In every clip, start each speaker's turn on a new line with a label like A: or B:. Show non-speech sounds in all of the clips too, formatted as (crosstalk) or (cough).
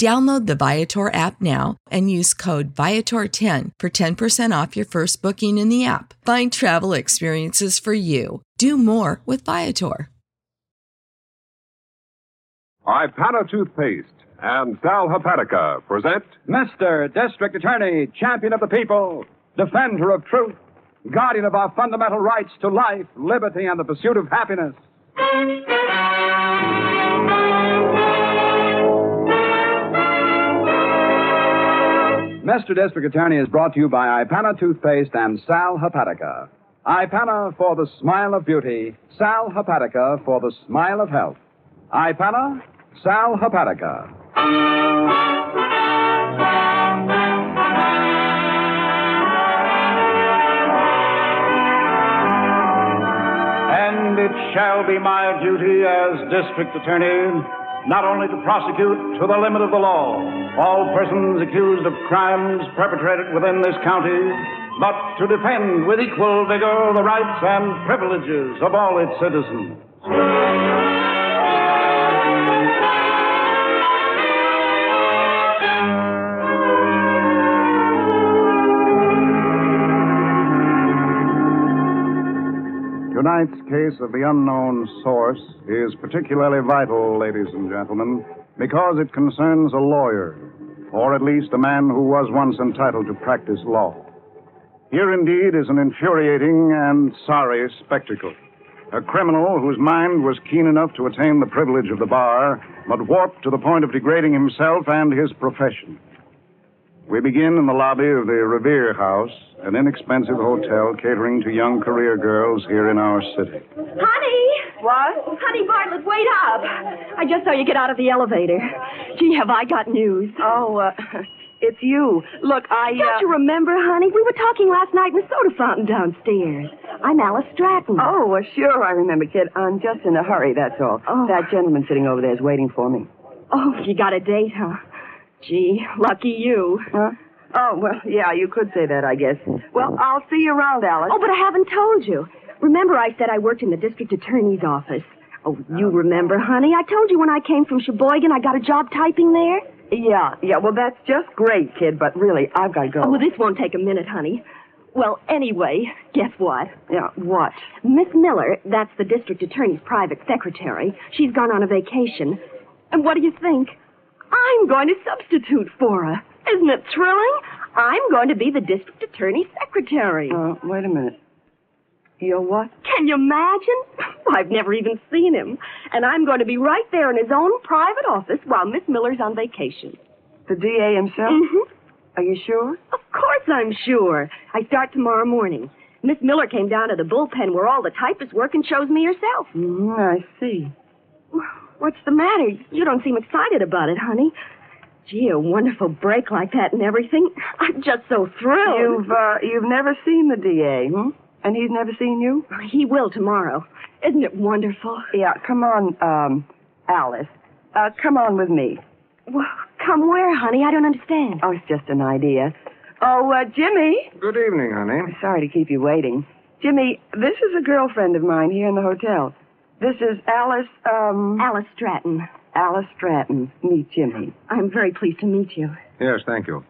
A: Download the Viator app now and use code Viator10 for 10% off your first booking in the app. Find travel experiences for you. Do more with Viator.
B: Ipana toothpaste and Sal Hepatica present
C: Mr. District Attorney, champion of the people, defender of truth, guardian of our fundamental rights to life, liberty, and the pursuit of happiness. Mr. District Attorney is brought to you by Ipana Toothpaste and Sal Hepatica. Ipana for the smile of beauty, Sal Hepatica for the smile of health. Ipana, Sal Hepatica.
D: And it shall be my duty as district attorney not only to prosecute to the limit of the law all persons accused of crimes perpetrated within this county, but to defend with equal vigor the rights and privileges of all its citizens.
B: Tonight's case of the unknown source is particularly vital, ladies and gentlemen, because it concerns a lawyer, or at least a man who was once entitled to practice law. Here indeed is an infuriating and sorry spectacle. A criminal whose mind was keen enough to attain the privilege of the bar, but warped to the point of degrading himself and his profession. We begin in the lobby of the Revere House, an inexpensive hotel catering to young career girls here in our city.
E: Honey! What? Honey Bartlett, wait up! I just saw you get out of the elevator. Gee, have I got news.
F: Oh, uh, it's you. Look, I.
E: Don't
F: uh,
E: you remember, honey? We were talking last night in the soda fountain downstairs. I'm Alice Stratton.
F: Oh, well, sure, I remember, kid. I'm just in a hurry, that's all.
E: Oh.
F: That gentleman sitting over there is waiting for me.
E: Oh, you got a date, huh? Gee, lucky you.
F: Huh? Oh, well, yeah, you could say that, I guess. Well, I'll see you around, Alice.
E: Oh, but I haven't told you. Remember, I said I worked in the district attorney's office. Oh, you remember, honey? I told you when I came from Sheboygan, I got a job typing there.
F: Yeah, yeah, well, that's just great, kid, but really, I've got to go.
E: Oh, well, this won't take a minute, honey. Well, anyway, guess what?
F: Yeah, what?
E: Miss Miller, that's the district attorney's private secretary, she's gone on a vacation. And what do you think? I'm going to substitute for her. Isn't it thrilling? I'm going to be the district attorney's secretary.
F: Uh, wait a minute. You're what?
E: Can you imagine? (laughs) I've never even seen him. And I'm going to be right there in his own private office while Miss Miller's on vacation.
F: The DA himself?
E: Mhm.
F: Are you sure?
E: Of course I'm sure. I start tomorrow morning. Miss Miller came down to the bullpen where all the typists work and chose me herself.
F: Mm, I see.
E: What's the matter? You don't seem excited about it, honey. Gee, a wonderful break like that and everything. I'm just so thrilled.
F: You've uh, you've never seen the DA, hmm? And he's never seen you?
E: He will tomorrow. Isn't it wonderful?
F: Yeah, come on, um, Alice. Uh, come on with me.
E: Well, come where, honey? I don't understand.
F: Oh, it's just an idea. Oh, uh, Jimmy.
B: Good evening, honey.
F: Sorry to keep you waiting. Jimmy, this is a girlfriend of mine here in the hotel. This is Alice, um,
E: Alice Stratton.
F: Alice Stratton. Meet Jimmy.
E: I'm very pleased to meet you.
B: Yes, thank you.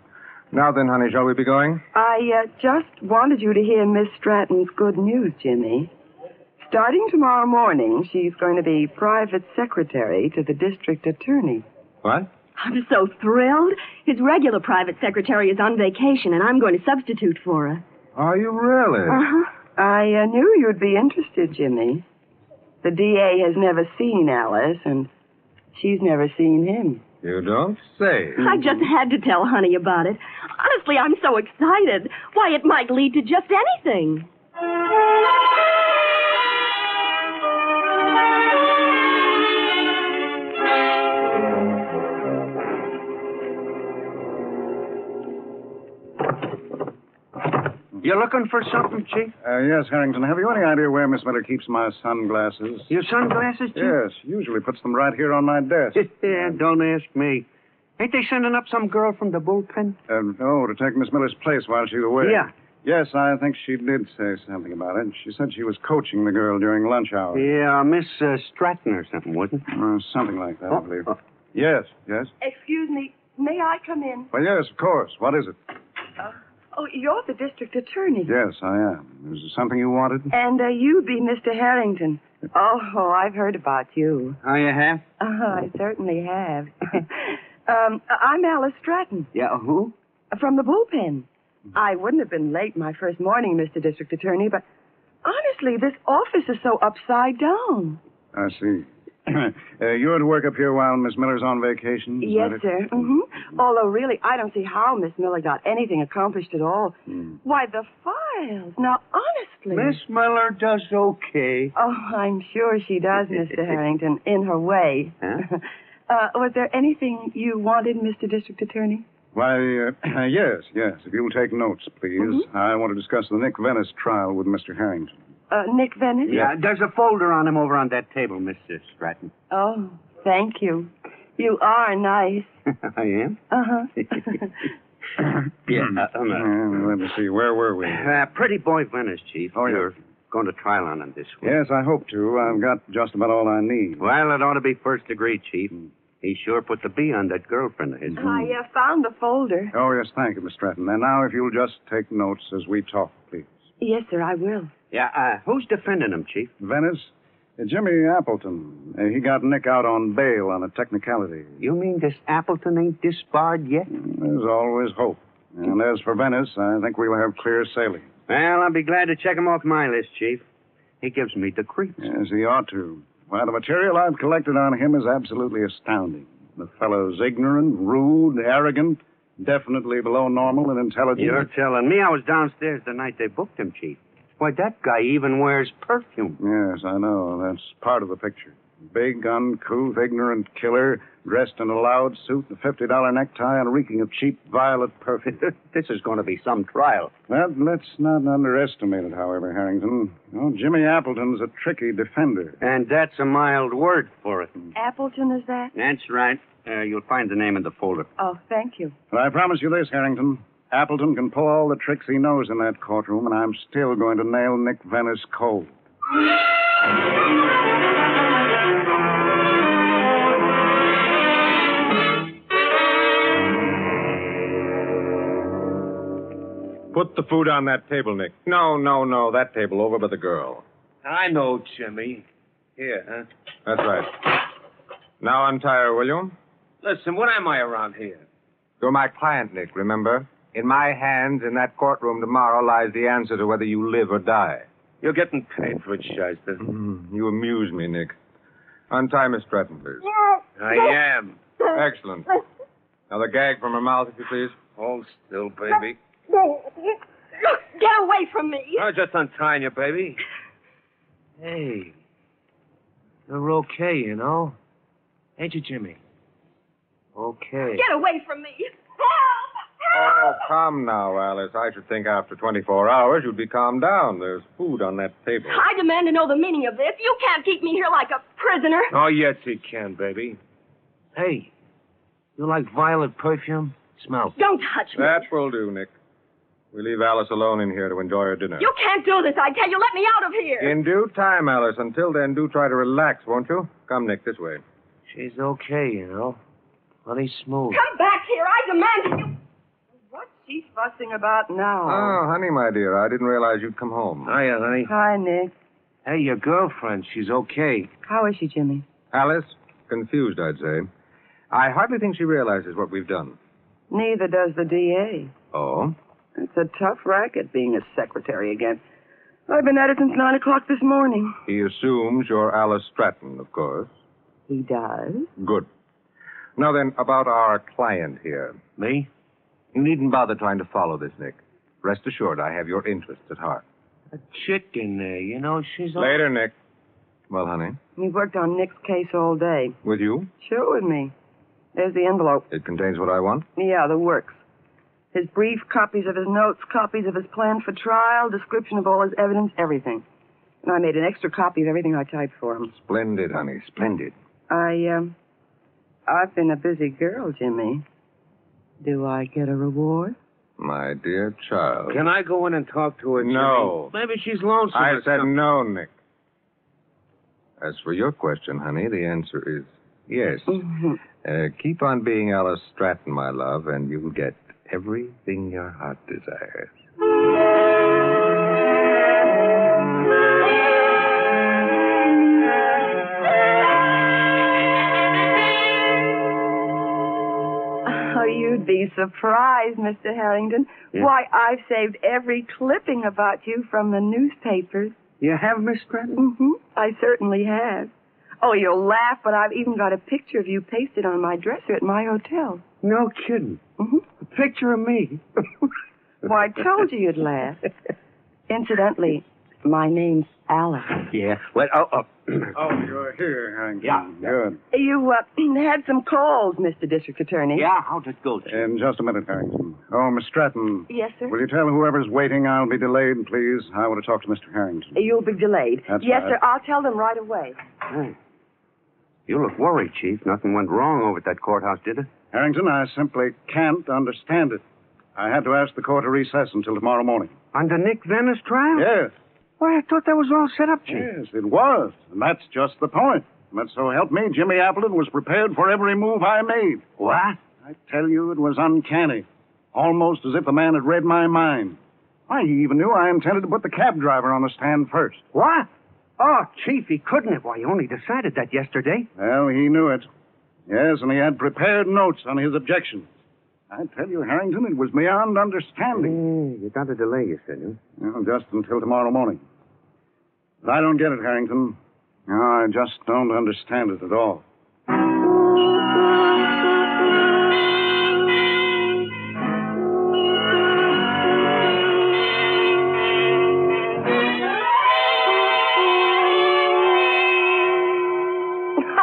B: Now then, honey, shall we be going?
F: I uh, just wanted you to hear Miss Stratton's good news, Jimmy. Starting tomorrow morning, she's going to be private secretary to the district attorney.
B: What?
E: I'm so thrilled. His regular private secretary is on vacation, and I'm going to substitute for her.
B: Are you really?
E: Uh-huh.
F: I uh, knew you'd be interested, Jimmy. The DA has never seen Alice, and she's never seen him.
B: You don't say.
G: Hmm.
E: I just had to tell Honey about it. Honestly, I'm so excited. Why, it might lead to just anything.
H: You looking for something, Chief?
B: Uh, yes, Harrington. Have you any idea where Miss Miller keeps my sunglasses?
H: Your sunglasses, Chief?
B: Yes, usually puts them right here on my desk.
H: (laughs) yeah, don't ask me. Ain't they sending up some girl from the bullpen?
B: Um, oh, to take Miss Miller's place while she's away.
H: Yeah.
B: Yes, I think she did say something about it. She said she was coaching the girl during lunch hour.
H: Yeah, Miss uh, Stratton or something, wouldn't?
B: Uh, something like that, I believe.
H: oh.
B: Yes, yes.
F: Excuse me. May I come in?
B: Well, yes, of course. What is it?
F: Oh, you're the district attorney.
B: Yes, I am. Is it something you wanted?
F: And uh, you be Mr. Harrington. Oh, oh, I've heard about you.
H: Oh, you have?
F: Uh,
H: Oh.
F: I certainly
H: (laughs)
F: have. um, I'm Alice Stratton
H: Yeah, who?
F: from the bullpen. I wouldn't have been late my first morning, Mr. District Attorney, but honestly, this office is so upside down.
B: I see. (clears throat) uh, you're to work up here while Miss Miller's on
H: Mm,
B: vacation? is
F: Yes,
B: that it?
F: sir. Mm-hmm. Although, really, I don't see how Miss Miller got anything accomplished at all.
B: hmm.
F: Why, the files. Now, honestly.
H: Miss Miller does okay.
F: Oh, I'm sure she does,
H: (laughs)
F: Mr. Harrington, in her way.
H: Huh?
F: (laughs) Uh, was there anything you wanted, Mr. District Attorney?
B: Why, uh, (clears throat) yes, yes. If you'll take notes, please.
H: Mm-hmm.
B: I want to discuss the Nick Venice trial with Mr. Harrington.
F: Uh, Nick Venice?
H: Yeah, there's a folder on him over on that table, Miss uh, Stratton. (laughs)
F: Oh, thank you. You are nice.
H: I am?
F: Uh-huh.
H: Yeah. Uh, um, uh,
B: Uh, Hmm. let me see. Where were we?
H: uh, pretty boy Venice, Chief.
B: Oh, yeah.
H: You're going to trial on him this week.
B: Yes, I hope to. I've got just about all I need.
H: Well, it ought to be first degree, Chief.
B: Hmm.
H: He sure put the bee on that girlfriend of his.
F: I uh, found the folder.
B: Oh, yes, thank you, Miss Stratton. And now, if you'll just take notes as we talk, please.
F: Yes, sir, I will.
H: Yeah, uh, who's defending him, Chief?
B: Venice, uh, Jimmy Appleton. Uh, he got Nick out on bail on a technicality. Mm,
H: You mean this Appleton ain't disbarred yet?
B: There's always hope. And as for Venice, I think we'll have clear sailing.
H: Well, I'll be glad to check him off my list, Chief. He gives me the creeps.
B: Yes, he ought to. Why, the material I've collected on him is absolutely astounding. The fellow's ignorant, rude, arrogant, definitely below normal in intelligence.
H: You're telling me I was downstairs the night they booked him, Chief. Why, that guy even wears perfume.
B: Yes, I know. That's part of the picture. Big, uncouth, ignorant killer, dressed in a loud suit, a $50 necktie, and reeking of cheap violet perfume.
H: (laughs) this is going to be some trial.
B: That, let's not underestimate it, however, Harrington. Oh, Jimmy Appleton's a tricky defender.
H: And that's a mild word for
B: Hmm.
H: it.
F: Appleton is that?
H: That's right. Uh, you'll find the name in the folder.
F: Oh, thank you.
B: But I promise you this, Harrington. Appleton can pull all the tricks he knows in that courtroom, and I'm still going to nail Nick Venice cold.
G: Put the food on that table, Nick. No, no, no. That table over by the girl.
I: I know, Jimmy. Here, huh?
G: That's right. Now untie her, will you?
I: Listen, what am I around here?
G: You're my client, Nick, remember? In my hands, in that courtroom tomorrow, lies the answer to whether you live or die.
I: You're getting paid for it, Shyster.
G: Mm, you amuse me, Nick. Untie Miss Stratton, please.
I: I am.
G: Excellent. Now the gag from her mouth, if you please.
I: Hold still, baby.
E: Get away from me.
I: I was just untying you,
G: (laughs)
I: baby. Hey. You're okay, you know. Ain't you, Jimmy?
G: Okay.
E: Get away from me.
G: Oh, calm now, Alice. I should think after 24 hours you'd be calmed down. There's food on that table.
E: I demand to know the meaning of this. You can't keep me here like a prisoner.
H: Oh, yes, he can, baby. Hey, you like violet perfume? Smell.
E: Don't touch me.
G: That will do, Nick. We leave Alice alone in here to enjoy her dinner.
E: You can't do this, I tell you. Let me out of here.
G: In due time, Alice. Until then, do try to relax, won't you? Come, Nick, this way.
H: She's okay, you know. Plenty
G: Oh.
H: smooth.
E: Come back here. I demand that you.
F: What's she fussing about now?
G: Oh, honey, my dear, I didn't realize you'd come home.
H: Hiya, honey.
F: Hi, Nick.
H: Hey, your girlfriend, she's okay.
F: How is she, Jimmy?
G: Alice, confused, I'd say. I hardly think she realizes what we've done.
F: Neither does the DA.
G: Oh?
F: It's a tough racket being a secretary again. I've been at it since 9 o'clock this morning.
G: He assumes you're Alice Stratton, of course.
F: He does.
G: Good. Now then, about our client here.
H: Me?
G: You needn't bother trying to follow this, Nick. Rest assured, I have your interests at heart.
H: A chick in there, you know, she's all...
G: Later, Nick. Well, honey,
F: We've worked on Nick's case all day.
G: with you,
F: Sure with me. There's the envelope.
G: it contains what I want.
F: Yeah, the works. His brief, copies of his notes, copies of his plan for trial, description of all his evidence, everything. And I made an extra copy of everything I typed for him.
G: Splendid, honey, splendid.
F: I, um, I've been a busy girl, Jimmy. Do I get a reward?
G: My dear child.
H: Can I go in and talk to her?
G: No.
H: Jimmy? Maybe she's lonesome.
G: I
H: or
G: said
H: something.
G: no, Nick. As for your question, honey, the answer is yes.
B: Mm-hmm.
G: Uh, keep on being Alice Stratton, my love, and you'll get everything your heart desires.
F: Oh, you'd be surprised, Mr. Harrington.
H: Yeah.
F: Why, I've saved every clipping about you from the newspapers.
H: You have, Miss Stratton?
F: Mm-hmm. I certainly have. Oh, you'll laugh, but I've even got a picture of you pasted on my dresser at my hotel.
H: No kidding.
F: Mm-hmm.
H: A picture of me.
F: (laughs) Why, I told you you'd laugh. Incidentally, my name's Alice.
H: Yeah. Well, oh, (clears throat) oh.
B: Oh, you're here, Harrington.
H: Yeah.
B: Good.
F: You uh, (clears throat) had some calls, Mr. District Attorney.
H: yeah, Ah, how'd it go, Jimmy?
B: In just a minute, Harrington. Oh, Miss Stratton,
F: Yes, sir.
B: will you tell whoever's waiting I'll be delayed, please? I want to talk to Mr. Harrington.
F: You'll be delayed.
B: That's
F: yes,
B: right.
F: sir. I'll tell them right away.
H: Hey. You look worried, Chief. Nothing went wrong over at that courthouse, did it?
B: Harrington, I simply can't understand it. I had to ask the court to recess until tomorrow morning.
H: Under Nick Venner's trial?
B: Yes,
H: Why, I thought that was all set up, Chief.
B: yes, it was. And that's just the point. But so help me, Jimmy Appleton was prepared for every move I made.
H: What?
B: I tell you, it was uncanny. Almost as if the man had read my mind. Why, he even knew I intended to put the cab driver on the stand first.
H: What? Oh, Chief, he couldn't have. Why, you only decided that yesterday.
B: Well, he knew it. Yes, and he had prepared notes on his objections. I tell you, Harrington, it was beyond understanding.
H: you Mm, got a delay, you said. Huh?
B: Well, just until tomorrow morning. But I don't get it, Harrington. No, I just don't understand it at all.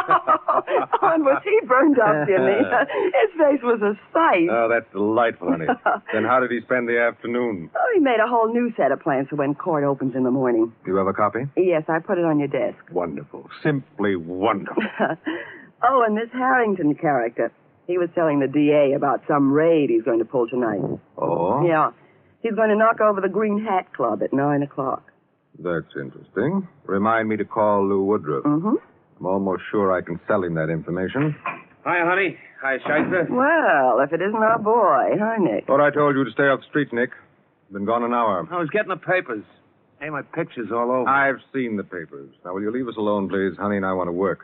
F: (laughs) and was he (laughs) burned
G: (laughs)
F: up, Jimmy? His face was a sight.
G: Oh, that's delightful, honey. then how did he spend the afternoon?
F: (laughs) oh, he made a whole new set of plans for when court opens in the morning.
G: You have a copy?
F: Yes, I put it on your desk.
G: Wonderful. Simply wonderful.
F: (laughs) oh, and this Harrington character. He was telling the DA about some raid he's going to pull tonight.
G: Oh?
F: Yeah. He's going to knock over the Green Hat Club at 9 o'clock.
G: That's interesting. Remind me to call Lou Woodruff.
F: Mm-hmm.
G: I'm almost sure I can sell him that information.
I: Hi, honey. Hi, Shiza.
F: Well, if it isn't our boy, huh, Nick?
G: Thought I told you to stay off the street, Nick. Been gone an hour. Oh.
I: I was getting the papers.
H: Hey, my picture's all over.
G: I've seen the papers. Now, will you leave us alone, please? Honey and I want to work.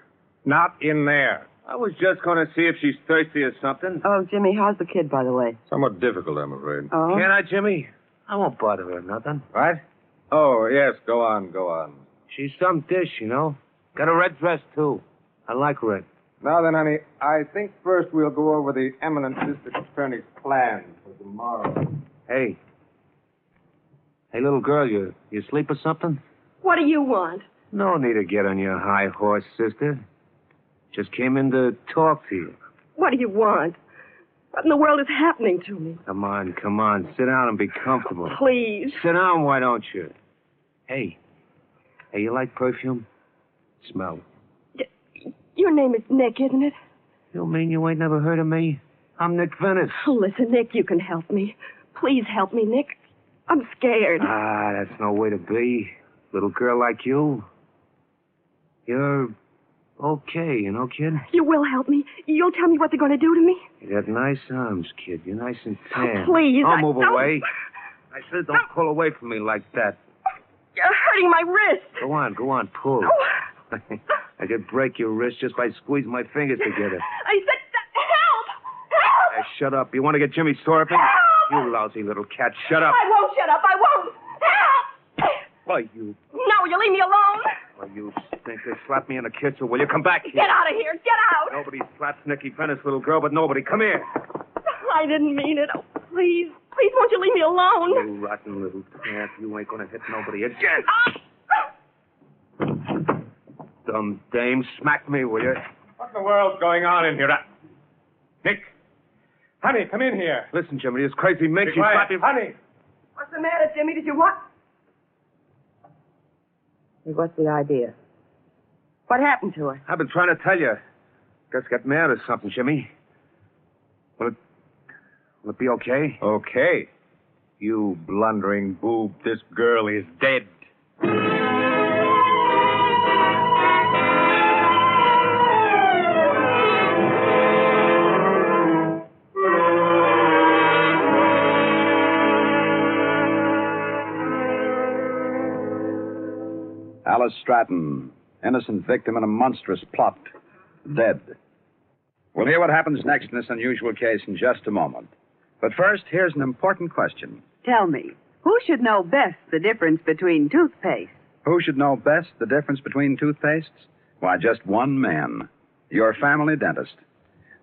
G: Not in there.
I: I was just going to see if she's thirsty or something.
F: Oh, Jimmy, how's the kid, by the way?
G: Somewhat difficult, I'm afraid.
F: Oh?
I: Can I, Jimmy?
H: I won't bother her nothing.
G: What? Oh, yes. Go on, go on.
H: She's some dish, you know. Got a red dress, too. I like red.
G: Now then, honey, I think first we'll go over the eminent district attorney's plan for tomorrow.
H: Hey. Hey, little girl, you, you asleep or something?
E: What do you want?
H: No need to get on your high horse, sister. Just came in to talk to you.
E: What do you want? What in the world is happening to me?
H: Come on, come on. Sit down and be comfortable.
E: Please.
H: Sit down, why don't you? Hey. Hey, you like perfume? Smell.
E: Your name is Nick, isn't it?
H: You mean you ain't never heard of me? I'm Nick Venice.
E: Oh, listen, Nick, you can help me. Please help me, Nick. I'm scared.
H: Ah, that's no way to be. Little girl like you. You're okay, you know, kid?
E: You will help me. You'll tell me what they're going to do to me.
H: You got nice arms, kid. You're nice and tan.
E: Oh, please,
H: Don't
E: I-
H: move
E: don't-
H: away. I said don't pull away from me like that.
E: You're hurting my wrist.
H: Go on, go on, pull. (laughs) I could break your wrist just by squeezing my fingers together.
E: I said, help!
H: Hey, shut up. You want to get Jimmy Sorpin? You lousy little cat, shut up.
E: I won't shut up. I won't. Help!
H: Why, you,
E: No, you leave me alone.
H: why, you stinker. Slap me in the kitchen, will you? Come back here.
E: Get out of here. Get out.
H: Nobody slaps Nicky Venice, little girl, but nobody. Come here.
E: I didn't mean it. Oh, please. Please, won't you leave me alone?
H: You rotten little cat. You ain't gonna hit nobody again. Dumb dame, smack me, will you?
J: What in the world's going on in here? I- Nick! Honey, come in here.
H: Listen, Jimmy, this crazy mink.
J: Be
H: you
J: quiet.
H: slapped him-
J: Honey!
F: What's the matter, Jimmy? Did you want? What's the idea? What happened to her?
H: I've been trying to tell you. Gus got mad or something, Jimmy. Will it, will it be okay?
G: Okay. You blundering boob, this girl is dead.
C: Alice Stratton, innocent victim in a monstrous plot, dead. We'll hear what happens next in this unusual case in just a moment. But first, here's an important question.
F: Tell me, who should know best the difference between toothpaste?
C: Who should know best the difference between toothpastes? Why, just one man your family dentist.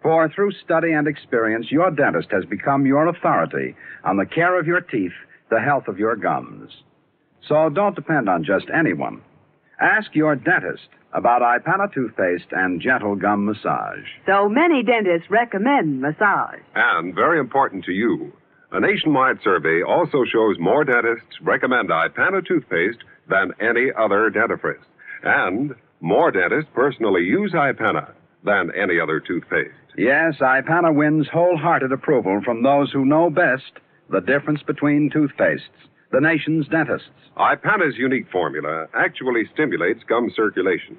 C: For through study and experience, your dentist has become your authority on the care of your teeth, the health of your gums. So don't depend on just anyone. Ask your dentist about Ipana toothpaste and gentle gum massage.
F: So many dentists recommend massage.
K: And very important to you, a nationwide survey also shows more dentists recommend Ipana toothpaste than any other dentifrice. And more dentists personally use Ipana than any other toothpaste.
C: Yes, Ipana wins wholehearted approval from those who know best the difference between toothpastes, the nation's dentists.
K: Ipana's unique formula actually stimulates gum circulation.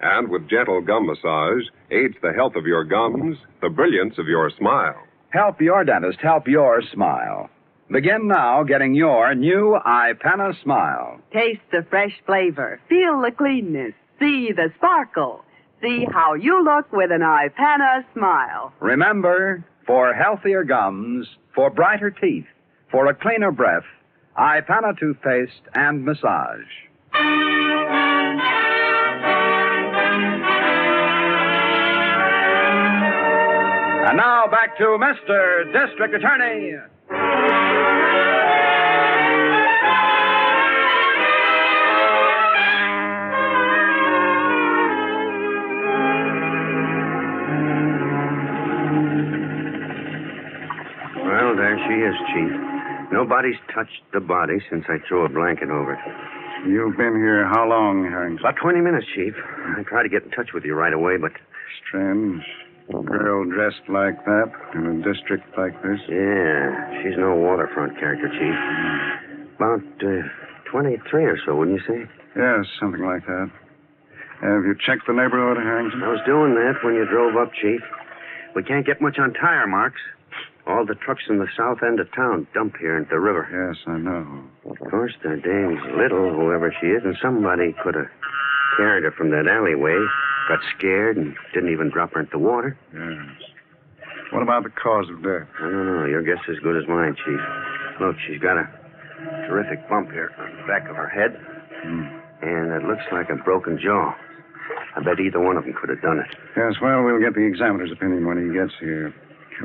K: And with gentle gum massage, aids the health of your gums, the brilliance of your smile.
C: Help your dentist help your smile. Begin now getting your new Ipana smile.
F: Taste the fresh flavor, feel the cleanness, see the sparkle, see how you look with an Ipana smile.
C: Remember, for healthier gums, for brighter teeth, for a cleaner breath, Ipana toothpaste and massage. And now back to Mr. District Attorney.
H: Well, there she is, Chief. Nobody's touched the body since I threw a blanket over it.
B: You've been here how long, Harrington?
H: About 20 minutes, Chief. I tried to get in touch with you right away, but.
C: Strange. A girl dressed like that in a district like this.
H: Yeah, she's no waterfront character, Chief. About uh, 23 or so, wouldn't you say?
C: Yes, something like that. Have you checked the neighborhood, Harrington?
H: I was doing that when you drove up, Chief. We can't get much on tire marks. All the trucks in the south end of town dump here into the river.
C: Yes, I know.
H: Of course, the dame's little, whoever she is, and somebody could have carried her from that alleyway, got scared, and didn't even drop her into the water.
C: Yes. What about the cause of death?
H: I don't know. Your guess is as good as mine, Chief. Look, she's got a terrific bump here on the back of her head,
C: Hmm.
H: and it looks like a broken jaw. I bet either one of them could have done it.
C: Yes, well, we'll get the examiner's opinion when he gets here.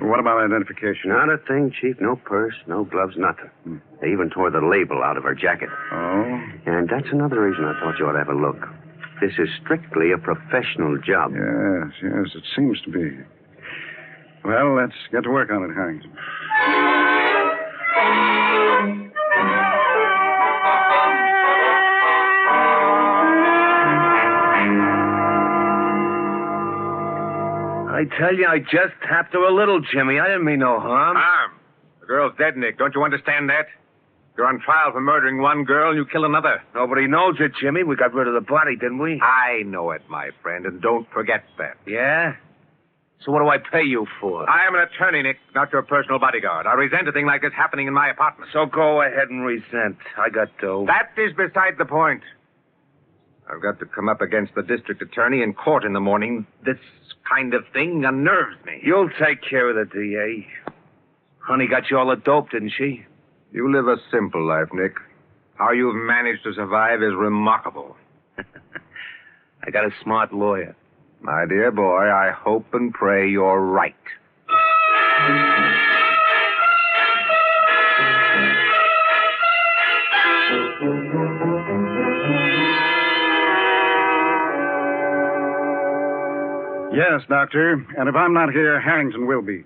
C: What about identification?
H: Not a thing, Chief. No purse, no gloves, nothing. They even tore the label out of her jacket.
C: Hmm. Oh?
H: And that's another reason I thought you ought to have a look. This is strictly a professional job.
C: Yes, yes, it seems to be.
B: Well, let's get to work on it, Harrington.
I: I tell you, I just tapped her a little, Jimmy. I didn't mean no harm.
L: Harm? The girl's dead, Nick. Don't you understand that? You're on trial for murdering one girl and you kill another.
I: Nobody knows it, Jimmy. We got rid of the body, didn't we?
L: I know it, my friend, and don't forget that.
I: Yeah? So what do I pay you for?
L: I am an attorney, Nick, not your personal bodyguard. I resent a thing like this happening in my apartment.
I: So go ahead and resent. I got uh, dough.
L: That is beside the point. I've got to come up against the district attorney in court in the morning. This kind of thing unnerves me.
I: You'll take care of the DA. Honey got you all the dope, didn't she?
G: You live a simple life, Nick.
L: How you've managed to survive is remarkable.
I: (laughs) I got a smart lawyer.
G: My dear boy, I hope and pray you're right.
B: Yes, Doctor. And if I'm not here, Harrington will be.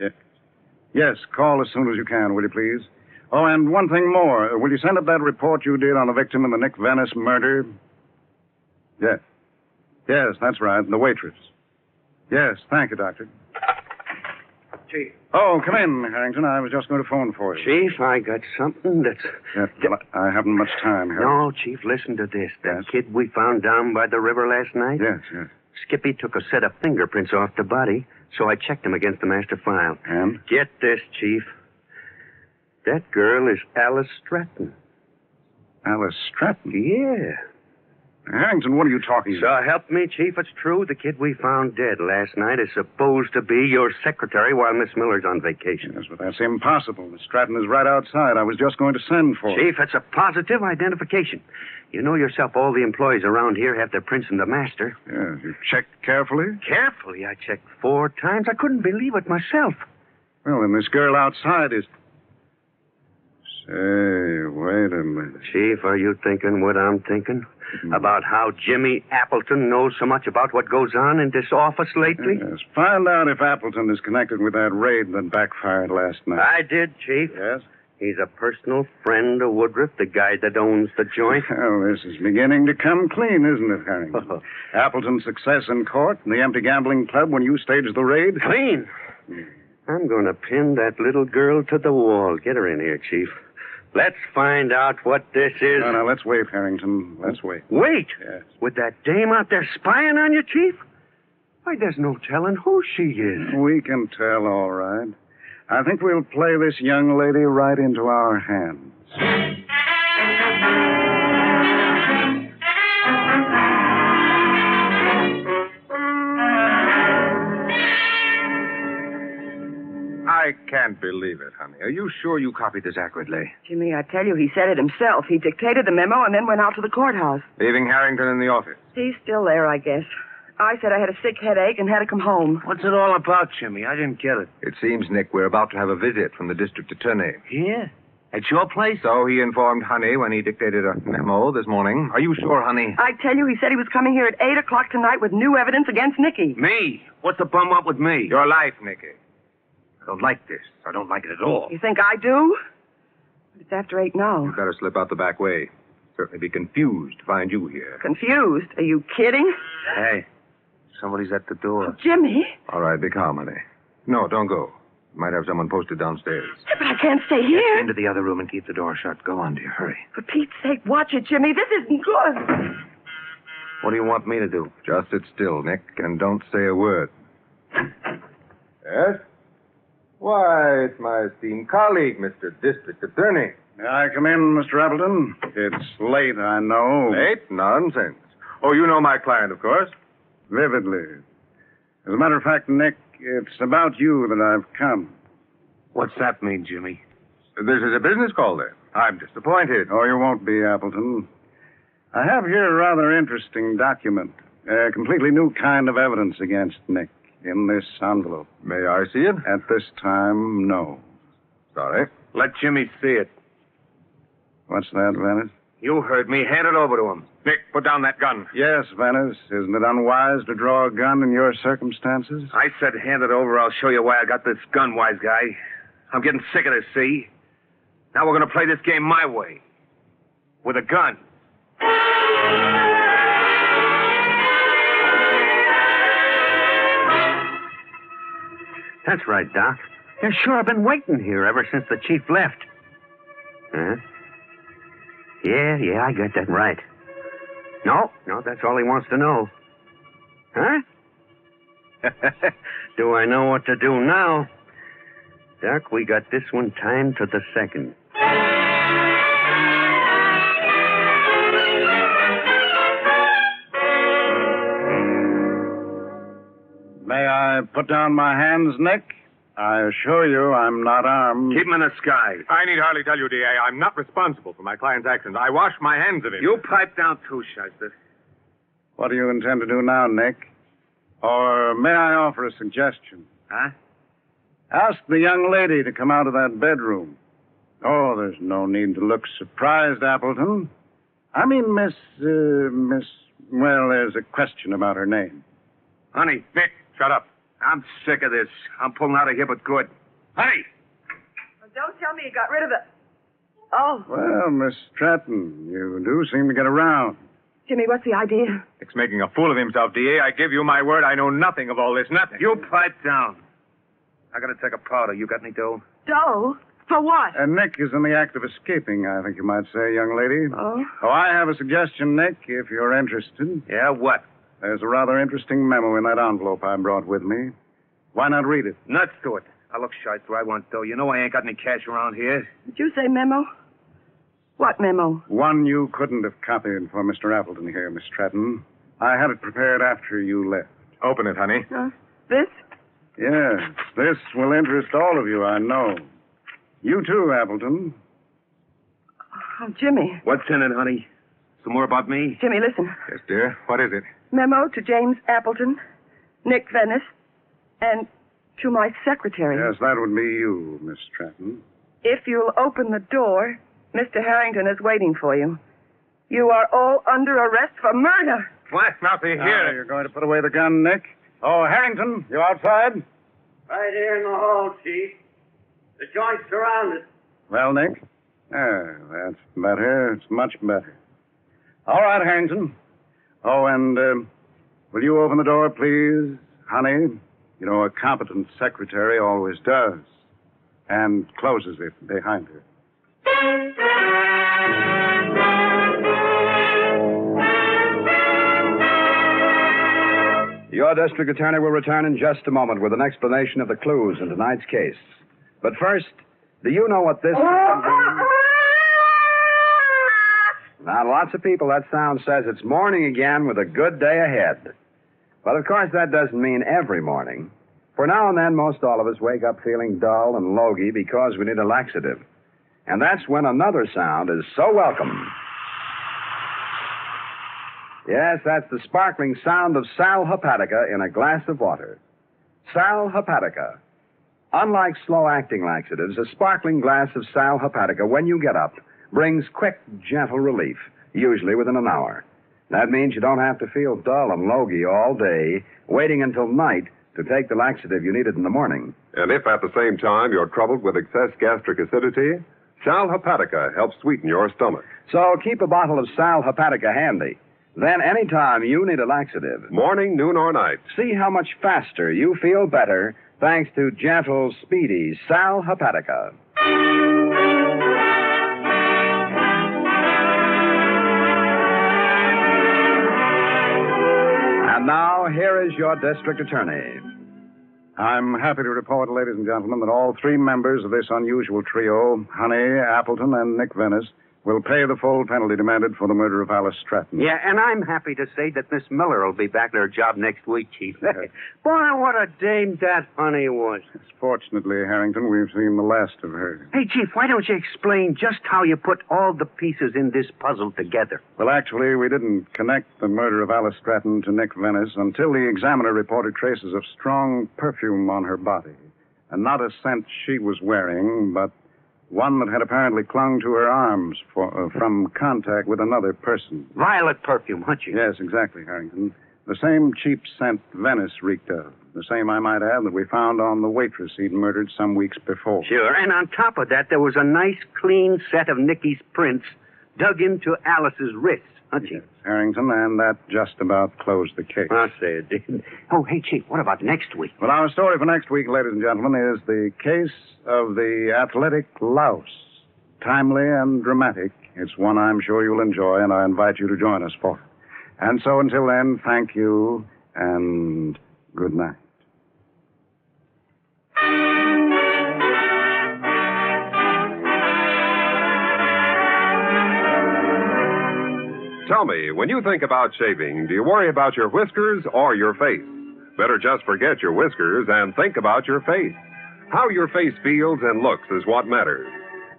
B: Yeah. Yes, call as soon as you can, will you please? Oh, and one thing more. Will you send up that report you did on the victim in the Nick Venice murder? Yes. Yes, that's right. and The waitress. Yes, thank you, Doctor.
I: Chief.
B: Oh, come in, Harrington. I was just going to phone for you.
H: Chief, I got something that's.
B: Yes, well, I haven't much time, Harrington.
H: No, Chief, listen to this. That kid we found down by the river last night?
B: Yes, yes.
H: Skippy took a set of fingerprints off the body, so I checked them against the master file.
B: And?
H: Get this, Chief. That girl is Alice Stratton.
B: Alice Stratton?
H: Yeah.
B: Harrington, what are you talking
H: So help me, Chief. It's true. The kid we found dead last night is supposed to be your secretary while Miss Miller's on vacation.
B: Yes, but that's impossible. Miss Stratton is right outside. I was just going to send for her.
H: Chief, it's a positive identification. You know yourself, all the employees around here have their prints in the master.
B: Yes, you checked carefully?
H: Carefully, I checked four times. I couldn't believe it myself.
B: Well, then this girl outside is. Say, wait a minute. Hmm.
H: Chief, are you thinking what I'm thinking? About how Jimmy Appleton knows so much about what goes on in this office lately?
B: Yes, find out if Appleton is connected with that raid that backfired last night.
H: I did, Chief.
B: Yes?
H: He's a personal friend of Woodruff, the guy that owns the joint.
B: Well, this is beginning to come clean, isn't it, Harrington?
H: (laughs) Oh,
B: Appleton's success in court and the empty gambling club when you staged the raid?
H: Clean. I'm going to pin that little girl to the wall. Get her in here, Chief. Let's find out what this is.
B: No, no, let's wait, Harrington. Let's wait.
H: Wait!
B: Yes.
H: With that dame out there spying on you, Chief? Why, there's no telling who she is.
B: We can tell, all right. I think we'll play this young lady right into our hands.
G: I can't believe it, honey. Are you sure you copied this accurately?
F: Jimmy, I tell you, he said it himself. He dictated the memo and then went out to the courthouse.
G: Leaving Harrington in the office.
F: He's still there, I guess. I said I had a sick headache and had to come home.
I: What's it all about, Jimmy? I didn't get it.
G: It seems, Nick, we're about to have a visit from the district attorney.
I: Here? At your place?
G: So he informed Honey when he dictated a memo this morning. Are you sure, Honey?
F: I tell you, he said he was coming here at 8 o'clock tonight with new evidence against Nicky.
I: Me? What's the bum up with me?
G: Your life, Nicky. I don't like this. I don't like it at all.
F: You think I do? But it's after 8 now.
G: You'd better slip out the back way. Certainly be confused to find you here.
F: Confused? Are you kidding?
I: Hey, somebody's at the door.
F: Jimmy?
G: All right, be calm, honey. No, don't go. Might have someone posted downstairs.
F: But I can't stay here.
I: Into the other room and keep the door shut. Go on, dear. Hurry.
F: For Pete's sake, watch it, Jimmy. This isn't good.
I: What do you want me to do?
G: Just sit still, Nick, and don't say a word. Yes? Why, it's my esteemed colleague, Mr. District Attorney.
B: May I come in, Mr. Appleton? It's late, I know.
G: Late? Nonsense. Oh, you know my client, of course.
B: Vividly. As a matter of fact, Nick, it's about you that I've come.
I: What's that mean, Jimmy?
G: This is a business call, then. I'm disappointed.
B: Oh, you won't be, Appleton. I have here a rather interesting document. A completely new kind of evidence against Nick in this envelope.
G: May I see it?
B: At this time, no.
G: Sorry.
I: Let Jimmy see it.
B: What's that, Venice?
I: You heard me. Hand it over to him.
J: Nick, put down that gun.
B: Yes, Venice. Isn't it unwise to draw a gun in your circumstances?
I: I said hand it over. I'll show you why I got this gun, wise guy. I'm getting sick of this, see? Now we're going to play this game my way. With a gun.
H: That's right, Doc. Yeah, sure, I've been waiting here ever since the chief left. Huh? Yeah, yeah, I got that right. No, no, that's all he wants to know. Huh? (laughs) do I know what to do now? Doc, we got this one timed to the second.
B: May I put down my hands, Nick? I assure you I'm not armed.
I: Keep him in the sky.
J: I need hardly tell you, D.A., I'm not responsible for my client's actions. I wash my hands of him.
I: You pipe down too, Shyster.
B: What do you intend to do now, Nick? Or may I offer a suggestion?
I: Huh?
B: Ask the young lady to come out of that bedroom. Oh, there's no need to look surprised, Appleton. I mean, Miss. Uh, Miss. Well, there's a question about her name.
I: Honey. Nick, shut up. I'm sick of this. I'm pulling out of here, but good. Honey!
F: Don't tell me you got rid of it. Oh,
B: Well, Miss Stratton, you do seem to get around.
F: Jimmy, what's the idea?
J: Nick's making a fool of himself, D.A. I give you my word, I know nothing of all this. Nothing.
I: You pipe down. I gotta take a powder. You got any dough?
F: Dough? For what?
B: And Uh, Nick is in the act of escaping, I think you might say, young lady.
F: Oh?
B: Oh, I have a suggestion, Nick, if you're interested.
I: Yeah, what?
B: There's a rather interesting memo in that envelope I brought with me. Why not read it?
I: Nuts to it. I look, Shyster, I want dough. You know I ain't got any cash around here.
F: Did you say memo? What memo?
B: One you couldn't have copied for Mr. Appleton here, Miss Stratton. I had it prepared after you left.
J: Open it, honey.
F: This?
B: Yes, this will interest all of you, I know. You too, Appleton.
F: Oh, Jimmy.
I: What's in it, honey? Some more about me?
F: Jimmy, listen.
J: Yes, dear. What is it?
F: Memo to James Appleton, Nick Venice, and to my secretary.
B: Yes, that would be you, Miss Stratton.
F: If you'll open the door, Mr. Harrington is waiting for you. You are all under arrest for murder.
J: What? Mouthy,
B: Now,
J: here.
B: Ah, you're going to put away the gun, Nick. Oh, Harrington, you outside?
M: Right here in the hall, Chief. The joint's surrounded.
B: Well, Nick? Ah, that's better. It's much better. All right, Harrington. Oh, and um will you open the door, please, honey? You know, a competent secretary always does, and closes it behind her.
C: Your district attorney will return in just a moment with an explanation of the clues in tonight's case. But first, do you know what this is? Now, to lots of people, that sound says it's morning again with a good day ahead. But of course, that doesn't mean every morning. For now and then, most all of us wake up feeling dull and logy because we need a laxative. And that's when another sound is so welcome. Yes, that's the sparkling sound of sal hepatica in a glass of water. Sal hepatica. Unlike slow acting laxatives, a sparkling glass of sal hepatica when you get up brings quick, gentle relief, usually within an hour. That means you don't have to feel dull and logy all day, waiting until night to take the laxative you needed in the morning.
K: And if at the same time you're troubled with excess gastric acidity, Sal Hepatica helps sweeten your stomach.
C: So keep a bottle of sal hepatica handy. Then any time you need a laxative,
K: Morning, noon, or night.
C: see how much faster you feel better thanks to gentle, speedy sal hepatica. And now, here is your district attorney.
B: I'm happy to report, ladies and gentlemen, that all three members of this unusual trio, Honey, Appleton, and Nick Venice, will pay the full penalty demanded for the murder of Alice Stratton.
H: Yeah, and I'm happy to say that Miss Miller will be back to her job next week, Chief. (laughs) Boy, what a dame that honey was.
B: Fortunately, Harrington, we've seen the last of her.
H: Hey, Chief, why don't you explain just how you put all the pieces in this puzzle together?
B: Well, actually, we didn't connect the murder of Alice Stratton to Nick Venice until the examiner reported traces of strong perfume on her body. And not a scent she was wearing, but One that had apparently clung to her arms for, uh, from contact with another person.
H: Violet perfume, aren't you?
B: Yes, exactly, Harrington. The same cheap scent Venice reeked of. The same, I might add, that we found on the waitress he'd murdered some weeks before.
H: Sure. And on top of that, there was a nice, clean set of Nicky's prints dug into Alice's wrists, aren't you?
B: Harrington, and that just about closed the case.
H: I say it did. (laughs) Oh, hey, Chief, what about next week?
B: Well, our story for next week, ladies and gentlemen, is the case of the athletic louse. Timely and dramatic. It's one I'm sure you'll enjoy, and I invite you to join us for it. And so until then, thank you and good night.
K: Tell me, when you think about shaving, do you worry about your whiskers or your face? Better just forget your whiskers and think about your face. How your face feels and looks is what matters.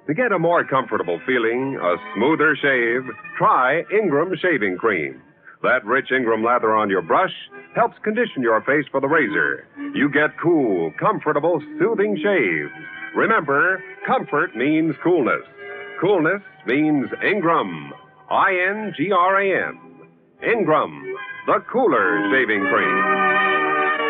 K: To get a more comfortable feeling, a smoother shave, try Ingram Shaving Cream. That rich Ingram lather on your brush helps condition your face for the razor. You get cool, comfortable, soothing shaves. Remember, comfort means coolness. Coolness means Ingram. I N G R A M. Ingram, the cooler shaving cream.